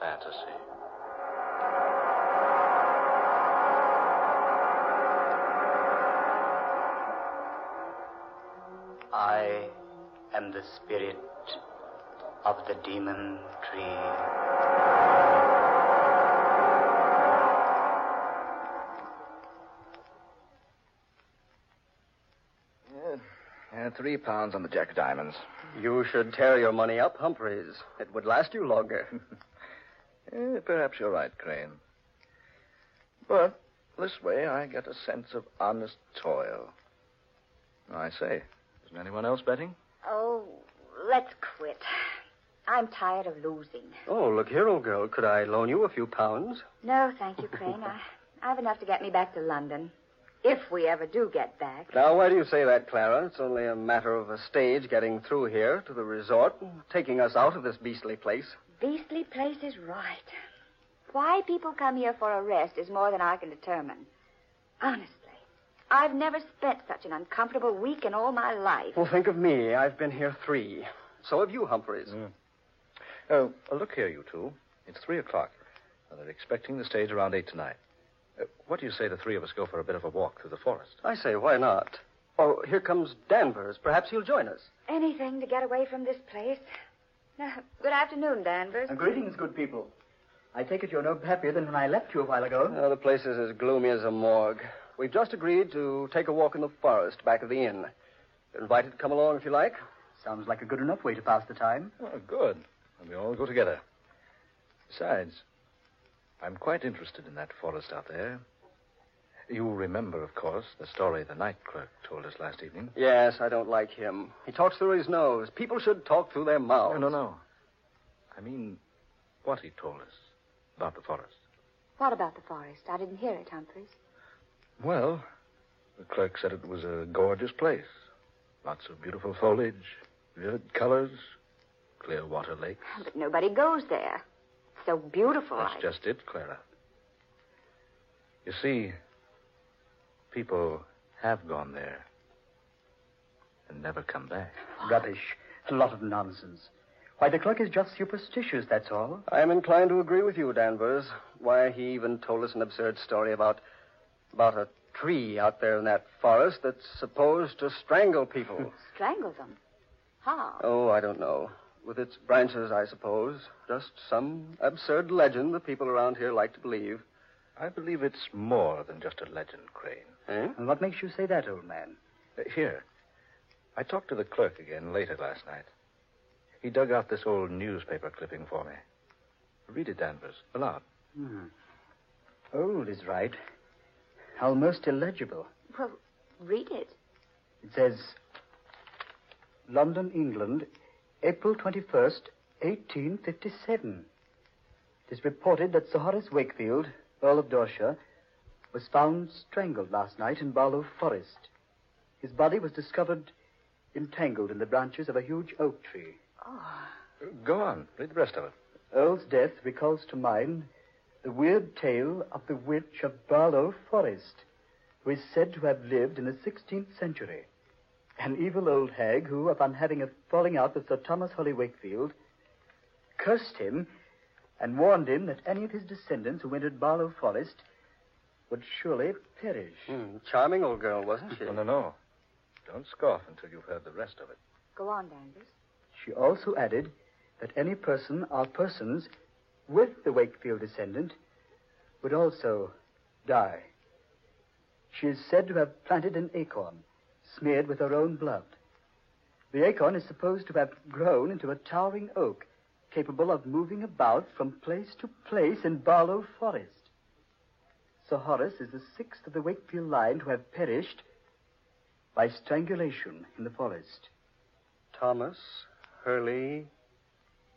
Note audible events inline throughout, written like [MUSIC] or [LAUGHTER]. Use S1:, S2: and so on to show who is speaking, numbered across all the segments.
S1: mercy. I am the spirit of the demon tree.
S2: Yeah. Yeah, three pounds on the Jack of Diamonds.
S3: You should tear your money up, Humphreys. It would last you longer.
S2: Eh, perhaps you're right, Crane. But this way I get a sense of honest toil. I say, isn't anyone else betting?
S4: Oh, let's quit. I'm tired of losing.
S3: Oh, look here, old girl. Could I loan you a few pounds?
S4: No, thank you, Crane. I, I've enough to get me back to London. If we ever do get back.
S3: Now, why do you say that, Clara? It's only a matter of a stage getting through here to the resort and taking us out of this beastly place.
S4: Beastly place is right. Why people come here for a rest is more than I can determine. Honestly, I've never spent such an uncomfortable week in all my life.
S3: Well, think of me. I've been here three. So have you, Humphreys.
S2: Mm. Oh, uh, look here, you two. It's three o'clock. Now, they're expecting the stage around eight tonight. Uh, what do you say the three of us go for a bit of a walk through the forest?
S3: I say, why not? Oh, here comes Danvers. Perhaps he'll join us.
S4: Anything to get away from this place. Good afternoon, Danvers.
S5: greetings, good people. I take it you're no happier than when I left you a while ago.
S3: Oh, the place is as gloomy as a morgue. We've just agreed to take a walk in the forest back of the inn. You're invited to come along if you like.
S5: Sounds like a good enough way to pass the time.
S2: Oh, good. And we all go together. Besides, I'm quite interested in that forest out there. You remember, of course, the story the night clerk told us last evening.
S3: Yes, I don't like him. He talks through his nose. People should talk through their mouths.
S2: Oh, no, no. I mean, what he told us about the forest.
S4: What about the forest? I didn't hear it, Humphreys.
S2: Well, the clerk said it was a gorgeous place. Lots of beautiful foliage, vivid colors, clear water lake.
S4: But nobody goes there. It's so beautiful. I-
S2: That's just it, Clara. You see, people have gone there and never come back.
S5: Rubbish. A lot of nonsense. Why, the clerk is just superstitious, that's all.
S3: I am inclined to agree with you, Danvers. Why, he even told us an absurd story about about a tree out there in that forest that's supposed to strangle
S2: Hmm.
S3: people.
S4: Strangle them. How?
S3: oh, I don't know. With its branches, I suppose. Just some absurd legend the people around here like to believe.
S2: I believe it's more than just a legend, Crane.
S3: Eh?
S5: And what makes you say that, old man?
S2: Uh, Here, I talked to the clerk again later last night. He dug out this old newspaper clipping for me. Read it, Danvers, aloud.
S5: Hmm. Old is right. Almost illegible.
S4: Well, read it.
S5: It says London, England, April 21st, 1857. It is reported that Sir Horace Wakefield, Earl of Dorset, was found strangled last night in Barlow Forest. His body was discovered entangled in the branches of a huge oak tree.
S4: Oh,
S2: Uh, Go on, read the rest of it.
S5: Earl's death recalls to mind the weird tale of the witch of Barlow Forest, who is said to have lived in the 16th century. An evil old hag who, upon having a falling out with Sir Thomas Holly Wakefield, cursed him and warned him that any of his descendants who entered Barlow Forest would surely perish.
S3: Hmm, charming old girl, wasn't she?
S2: Oh, No, no, no. Don't scoff until you've heard the rest of it.
S4: Go
S3: [SIGHS]
S4: on, Danvers.
S5: She also added that any person or persons with the Wakefield descendant would also die. She is said to have planted an acorn smeared with her own blood. The acorn is supposed to have grown into a towering oak capable of moving about from place to place in Barlow Forest. Sir Horace is the sixth of the Wakefield line to have perished by strangulation in the forest.
S3: Thomas Hurley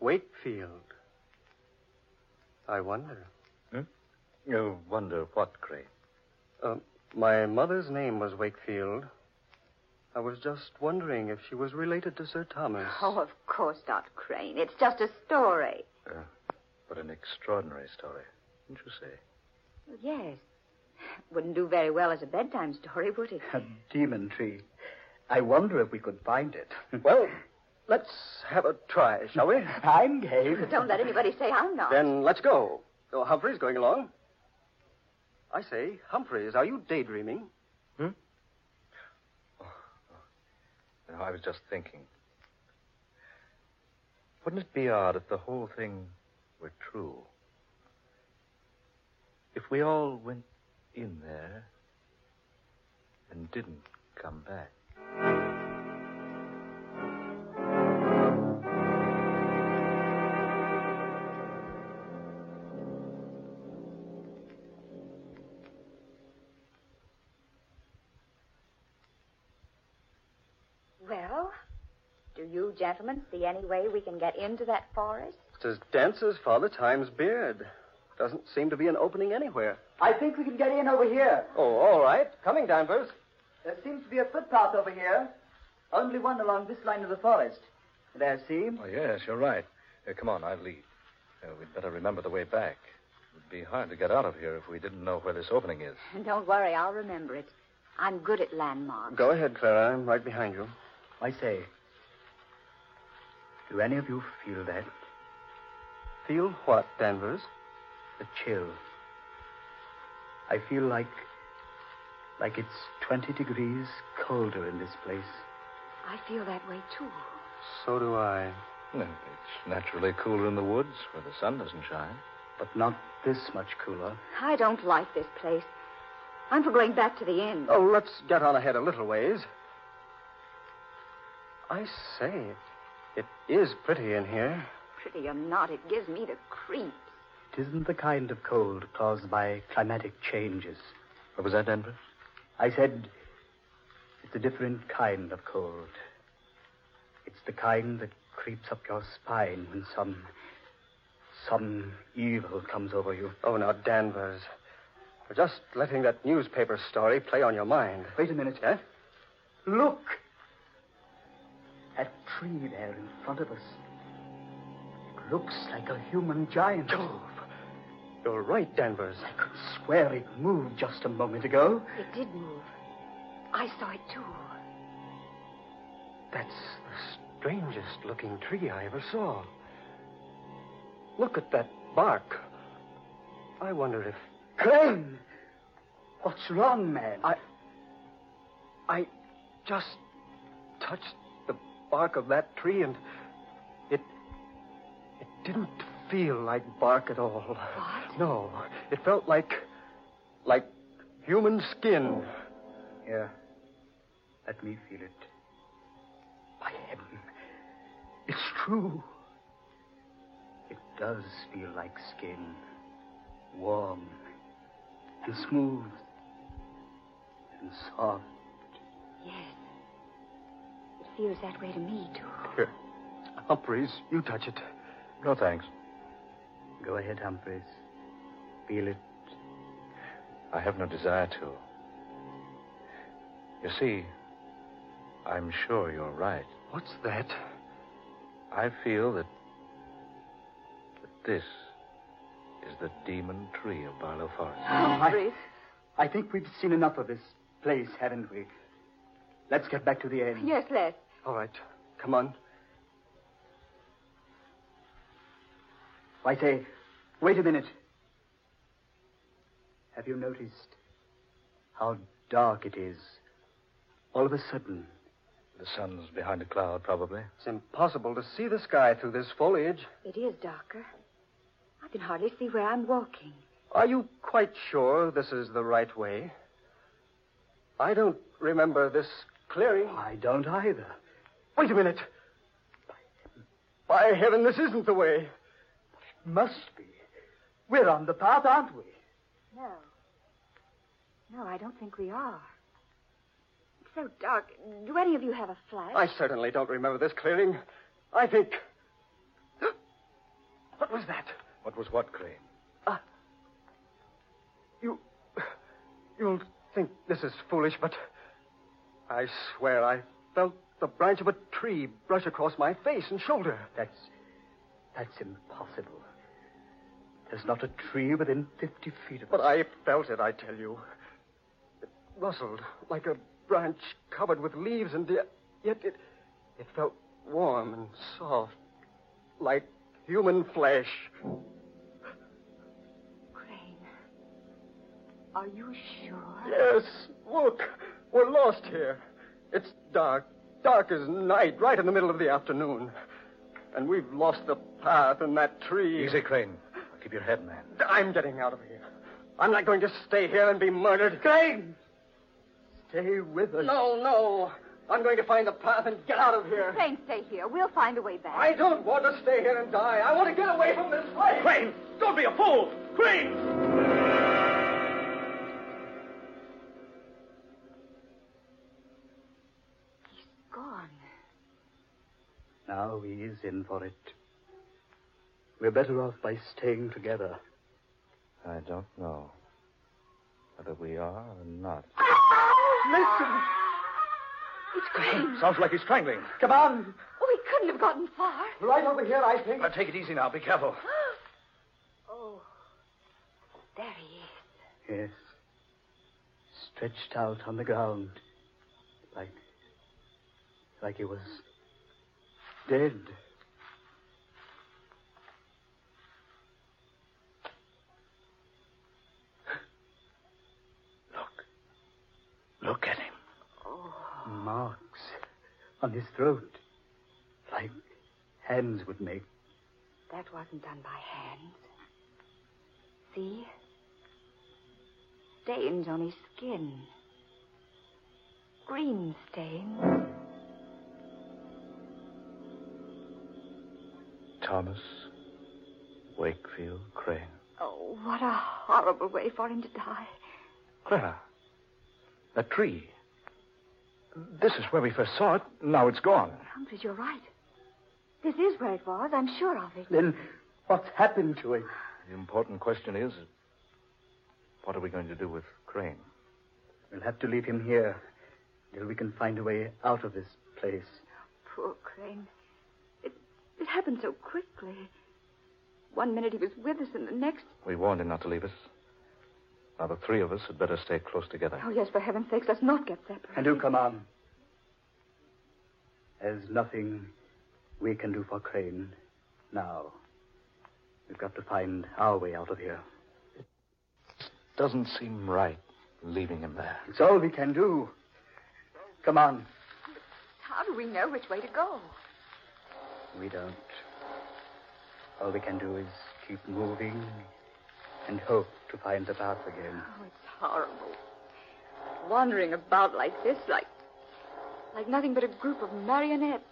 S3: Wakefield. I wonder.
S2: You wonder what, Crane?
S3: My mother's name was Wakefield. I was just wondering if she was related to Sir Thomas.
S4: Oh, of course not, Crane. It's just a story.
S2: What an extraordinary story, didn't you say?
S4: Yes. [LAUGHS] Wouldn't do very well as a
S3: [LAUGHS]
S4: bedtime story, would it?
S5: [LAUGHS] A demon tree. I wonder if we could find it.
S3: Well, Let's have a try, shall
S5: [LAUGHS]
S3: we?
S5: I'm [LAUGHS] game.
S4: Don't let anybody say I'm not.
S3: Then let's go. Oh, Humphrey's going along. I say, Humphreys, are you daydreaming?
S2: No, I was just thinking. Wouldn't it be odd if the whole thing were true? If we all went in there and didn't come back?
S4: Well, do you gentlemen see any way we can get into that forest? [LAUGHS]
S3: It's as dense as Father Time's beard. Doesn't seem to be an opening anywhere.
S5: I think we can get in over here.
S3: Oh, all right. Coming, Danvers.
S5: There seems to be a footpath over here. Only one along this line of the forest. There, see?
S2: Oh, yes, you're right. Uh, come on, I'll lead. Uh, we'd better remember the way back. It'd be hard to get out of here if we didn't know where this opening is.
S4: Don't worry, I'll remember it. I'm good at landmarks.
S3: Go ahead, Clara. I'm right behind you.
S5: I say, do any of you feel that?
S3: Feel what, Danvers?
S5: The chill. I feel like. like it's 20 degrees colder in this place.
S4: I feel that way, too.
S3: So do I.
S2: No, Uh, it's naturally cooler in the woods where the sun doesn't shine.
S5: But not this much cooler.
S4: I don't like this place. I'm for going back to the inn.
S3: Oh, let's get on ahead a little ways. I say, it is pretty in here.
S4: Pretty or not, it gives me the creeps.
S5: It isn't the kind of cold caused by climatic changes.
S2: What was that, Denver?
S5: I said, it's a different kind of cold. It's the kind that creeps up your spine when some. some evil comes over you.
S3: Oh, now, Danvers, you're just letting that newspaper story play on your mind.
S5: Wait a minute.
S3: Huh?
S5: Look! That tree there in front of us. It looks like a human giant.
S3: Jove! You're right, Danvers.
S5: I could swear it moved just a moment ago.
S4: It did move. I saw it, too.
S3: That's the strangest looking tree I ever saw. Look at that bark. I wonder if
S5: Crane! What's wrong, man?
S3: I. I just touched the bark of that tree and it. It didn't feel like bark at all.
S4: What?
S3: No, it felt like. like human skin.
S5: Here. Let me feel it. By heaven. It's true. It does feel like skin. Warm. And smooth. And soft.
S4: Yes. It feels that way to me, too.
S3: Here, Humphreys, you touch it.
S2: No, thanks.
S5: Go ahead, Humphreys. Feel it.
S2: I have no desire to. You see, I'm sure you're right.
S3: What's that?
S2: I feel that, that this is the demon tree of Barlow Forest.
S4: Humphrey,
S5: I think we've seen enough of this place, haven't we? Let's get back to the inn.
S4: Yes, Les.
S3: All right, come on.
S5: I say, wait a minute. Have you noticed how dark it is? All of a sudden,
S2: The sun's behind a cloud, probably.
S3: It's impossible to see the sky through this foliage.
S4: It is darker. I can hardly see where I'm walking.
S3: Are you quite sure this is the right way? I don't remember this clearing.
S5: I don't either.
S3: Wait a minute. By heaven, this isn't the way.
S5: Must be. We're on the path, aren't we?
S4: No. No, I don't think we are. It's so dark. Do any of you have a flash?
S3: I certainly don't remember this clearing. I think. What was that?
S2: What was what, Crane?
S3: You. You'll think this is foolish, but. I swear I felt the branch of a tree brush across my face and shoulder.
S5: That's. that's impossible. There's not a tree within 50 feet of
S3: But
S5: us.
S3: I felt it, I tell you. It rustled like a branch covered with leaves, and yet, yet it, it felt warm and soft, like human flesh.
S4: Crane, are you sure?
S3: Yes, look, we're lost here. It's dark, dark as night, right in the middle of the afternoon. And we've lost the path and that tree.
S2: Easy, Crane. Keep your head, man.
S3: I'm getting out of here. I'm not going to stay here and be murdered. Crane!
S5: Stay with us.
S3: No, no. I'm going to find the path and get out of here.
S4: Crane, stay here. We'll find a way back.
S3: I don't want to stay here and die. I want to get away from this place. Crane, don't be a fool. Crane!
S4: He's gone.
S5: Now he's in for it. We're better off by staying together.
S2: I don't know whether we are or not.
S5: Listen!
S4: It's Crane.
S2: Sounds like he's strangling.
S5: Come on!
S4: Oh, he couldn't have gotten far.
S5: Right over here, I think.
S2: Now, take it easy now. Be careful.
S4: Oh, there he is.
S5: Yes. Stretched out on the ground. Like. like he was. dead.
S2: Look. Look at him.
S4: Oh.
S5: Marks on his throat. Like hands would make.
S4: That wasn't done by hands. See? Stains on his skin. Green stains.
S2: Thomas Wakefield Crane.
S4: Oh, what a horrible way for him to die.
S2: Clara. That tree. This is where we first saw it. Now it's gone.
S4: Humphreys, you're right. This is where it was. I'm sure of it.
S5: Then what's happened to it?
S2: The important question is what are we going to do with Crane?
S5: We'll have to leave him here till we can find a way out of this place.
S4: Poor Crane. It, it happened so quickly. One minute he was with us, and the next.
S2: We warned him not to leave us. Now, the three of us had better stay close together.
S4: Oh, yes, for heaven's sakes, let's not get separated.
S5: And do come on. There's nothing we can do for Crane now. We've got to find our way out of here.
S2: Doesn't seem right leaving him there.
S5: It's all we can do. Come on.
S4: How do we know which way to go?
S5: We don't. All we can do is keep moving and hope to find the path again.
S4: Oh, it's horrible. Wandering about like this, like like nothing but a group of marionettes.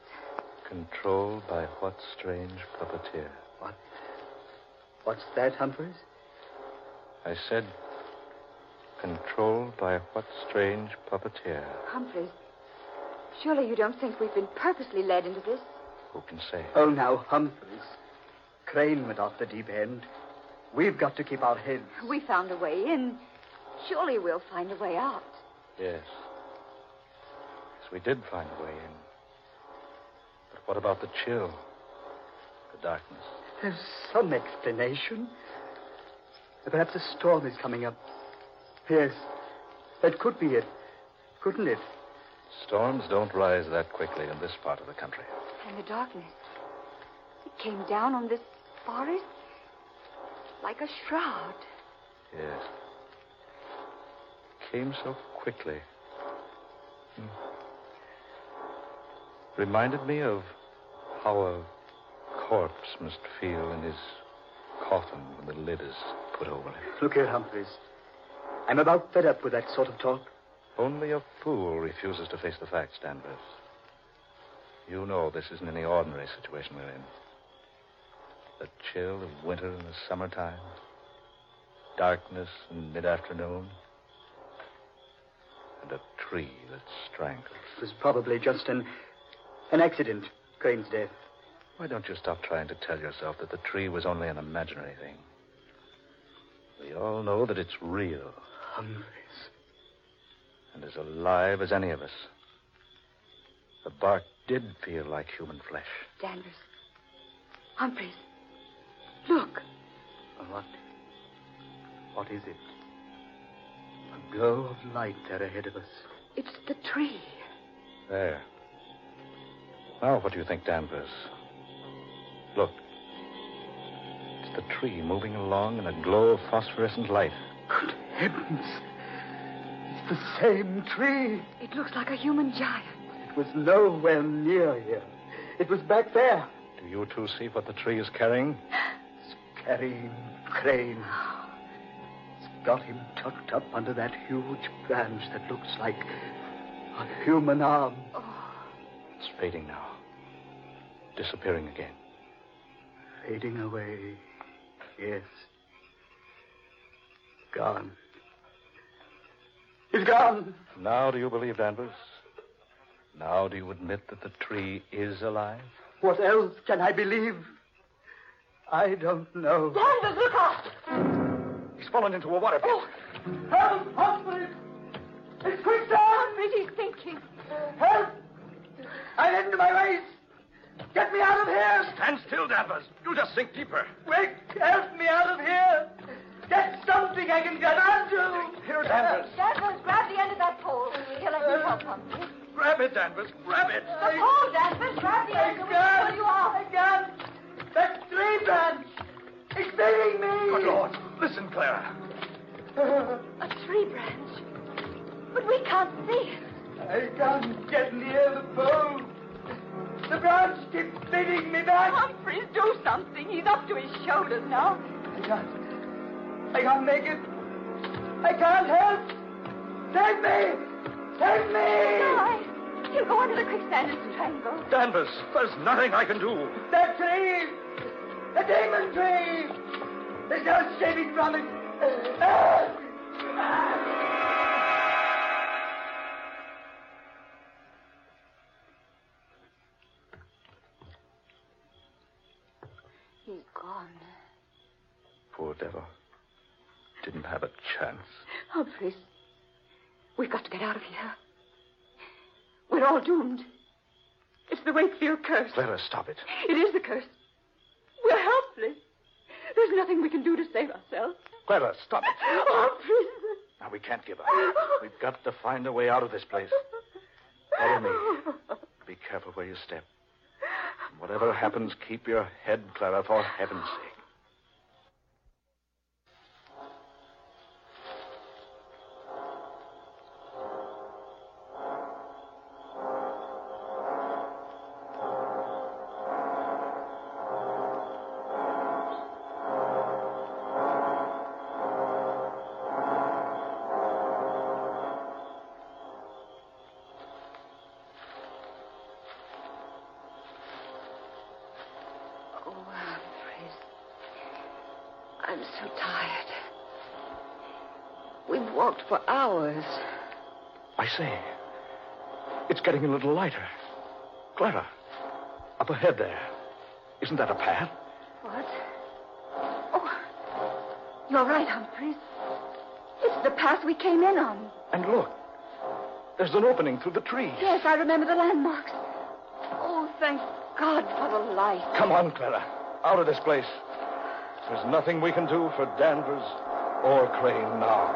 S2: Controlled by what strange puppeteer?
S5: What? What's that, Humphreys?
S2: I said, controlled by what strange puppeteer?
S4: Humphreys, surely you don't think we've been purposely led into this?
S2: Who can say?
S5: Oh, now, Humphreys. Crane went off the deep end. We've got to keep our heads.
S4: We found a way in. Surely we'll find a way out.
S2: Yes. Yes, we did find a way in. But what about the chill? The darkness?
S5: There's some explanation. Perhaps a storm is coming up. Yes, that could be it. Couldn't it?
S2: Storms don't rise that quickly in this part of the country.
S4: And the darkness. It came down on this forest like a shroud.
S2: Yes. Came so quickly. Hmm. Reminded me of how a corpse must feel in his coffin when the lid is put over him.
S5: Look here, Humphreys. I'm about fed up with that sort of talk.
S2: Only a fool refuses to face the facts, Danvers. You know this isn't any ordinary situation we're in. The chill of winter in the summertime, darkness in mid afternoon, and a tree that strangles.
S5: It was probably just an an accident, Crane's death.
S2: Why don't you stop trying to tell yourself that the tree was only an imaginary thing? We all know that it's real
S5: Humphreys.
S2: and as alive as any of us. The bark did feel like human flesh.
S4: Danvers. Humphreys. Look.
S5: What? What is it? A glow of light there ahead of us.
S4: It's the tree.
S2: There. Now, what do you think, Danvers? Look. It's the tree moving along in a glow of phosphorescent light.
S5: Good heavens! It's the same tree.
S4: It looks like a human giant.
S5: It was nowhere near here. It was back there,
S2: Do you two see what the tree is carrying?
S5: carrying Crane. It's got him tucked up under that huge branch that looks like a human arm.
S2: It's fading now. Disappearing again.
S5: Fading away. Yes. Gone. He's gone.
S2: Now do you believe, Danvers? Now do you admit that the tree is alive?
S5: What else can I believe? I don't know.
S4: Danvers, look out!
S2: He's fallen into a water pit.
S5: Oh, Help! Hospital! It's quick, down!
S4: He's sinking.
S5: Help! I'm into my waist! Get me out of here!
S2: Stand still, Danvers. You just sink deeper.
S5: Quick! Help me out of here! Get something I can get onto! Here, Danvers.
S4: Danvers, grab the end of that pole. He'll let you help him.
S2: Grab it, Danvers. Grab it.
S4: The pole, Danvers, grab the
S5: I
S4: end. We'll pull
S5: can't!
S4: you off.
S5: I can't! That tree branch! It's beating me!
S2: Listen, Clara.
S4: A tree branch. But we can't see it.
S5: I can't get near the pole. The branch keeps beating me back.
S4: Humphreys, do something. He's up to his shoulders now.
S5: I can't. I can't make it. I can't help. Take me! Take me!
S4: Die. He'll go under the quicksand and strangle.
S2: Danvers, there's nothing I can do.
S5: That tree! The demon tree! There's no escaping from it. Ah!
S4: He's gone.
S2: Poor devil. Didn't have a chance.
S4: Humphreys, Oh, we've got to get out of here. We're all doomed. It's the Wakefield curse.
S2: Clara, stop it.
S4: It is the curse. We're helpless. There's nothing we can do to save ourselves. Oh,
S2: Clara, stop it.
S4: Humphreys.
S2: Now, we can't give up. We've got to find a way out of this place. Follow me. Be careful where you step. And whatever happens, keep your head, Clara, for heaven's sake.
S4: Oh, Humphreys. I'm so tired. We've walked for hours.
S2: I say, it's getting a little lighter. Clara, up ahead there. Isn't that a path?
S4: What? Oh, you're right, Humphreys. It's the path we came in on.
S2: And look, there's an opening through the tree.
S4: Yes, I remember the landmarks. Oh, thank God for the light.
S2: Come on, Clara. Out of this place. There's nothing we can do for Danvers or Crane now.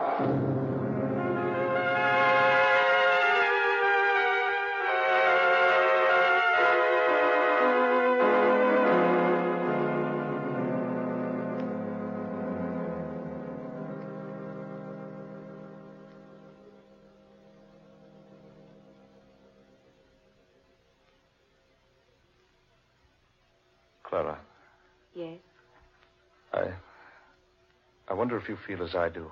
S2: Clara,
S4: Yes.
S2: I. I wonder if you feel as I do.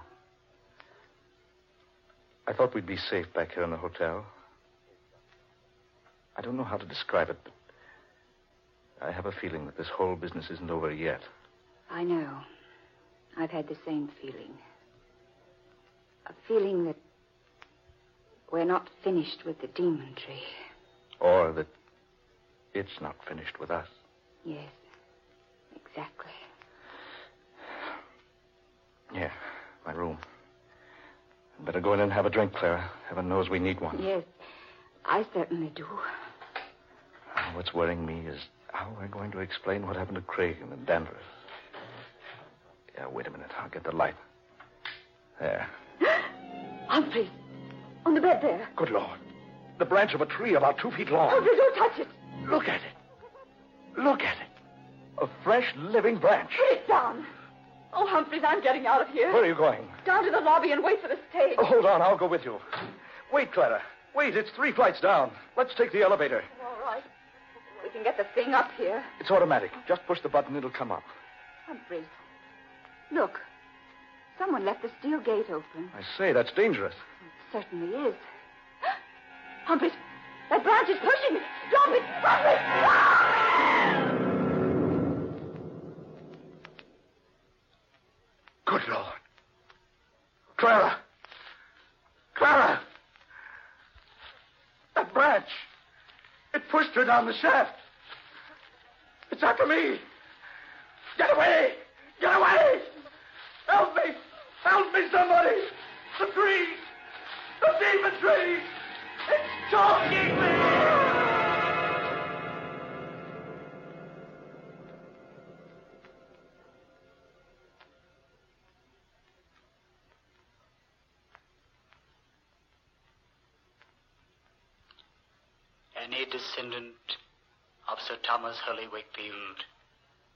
S2: I thought we'd be safe back here in the hotel. I don't know how to describe it, but I have a feeling that this whole business isn't over yet.
S4: I know. I've had the same feeling. A feeling that we're not finished with the demon tree.
S2: Or that it's not finished with us.
S4: Yes, exactly.
S2: Yeah, my room. I'd better go in and have a drink, Clara. Heaven knows we need one.
S4: Yes, I certainly do.
S2: Now, What's worrying me is how we're going to explain what happened to Craig and then Danvers. Yeah, wait a minute. I'll get the light. There.
S4: Humphreys, on the bed there.
S2: Good Lord. The branch of a tree about two feet long.
S6: Alfred, don't touch it.
S2: Oh, Look at it. Look at it. A fresh, living branch.
S4: Put it down. Oh, Humphreys, I'm getting out of here.
S2: Where are you going?
S4: Down to the lobby and wait for the stage.
S2: Oh, hold on. I'll go with you. Wait, Clara. Wait, it's three flights down. Let's take the elevator.
S4: All right. We can get the thing up here.
S2: It's automatic. Just push the button, it'll come up.
S6: Humphreys, look. Someone left the steel gate open.
S2: I say, that's dangerous.
S6: certainly
S4: [GASPS]
S6: is.
S4: Humphreys, that branch is pushing me. Drop it. Humphreys.
S2: Good Lord. Clara! Clara! That branch! It pushed her down the shaft! It's after me! Get away! Get away! Help me! Help me, somebody! The tree! The demon tree! It's talking me!
S5: Any descendant of Sir Thomas Hurley Wakefield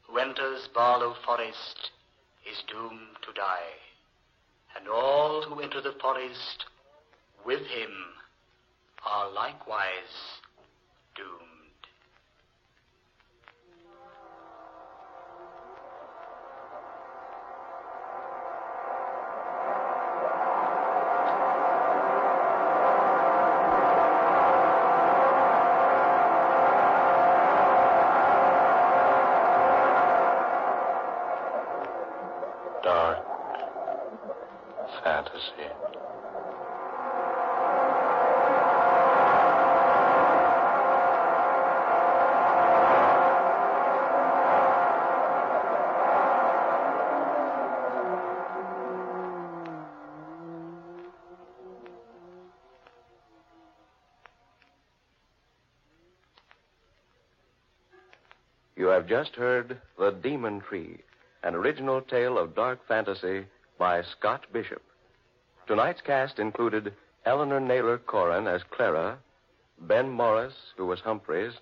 S5: who enters Barlow Forest is doomed to die, and all who enter the forest with him are likewise doomed.
S2: Dark fantasy.
S7: You have just heard The Demon Tree, an original tale of dark fantasy by Scott Bishop. Tonight's cast included Eleanor Naylor Corin as Clara, Ben Morris, who was Humphreys,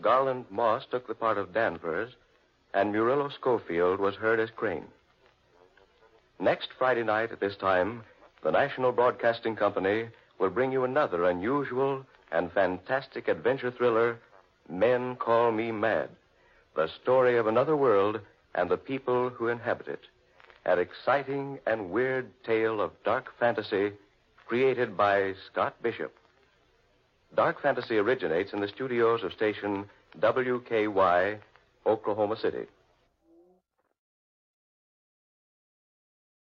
S7: Garland Moss took the part of Danvers, and Murillo Schofield was heard as Crane. Next Friday night at this time, the National Broadcasting Company will bring you another unusual and fantastic adventure thriller, Men Call Me Mad the story of another world and the people who inhabit it. An exciting and weird tale of dark fantasy created by Scott Bishop. Dark fantasy originates in the studios of station WKY, Oklahoma City.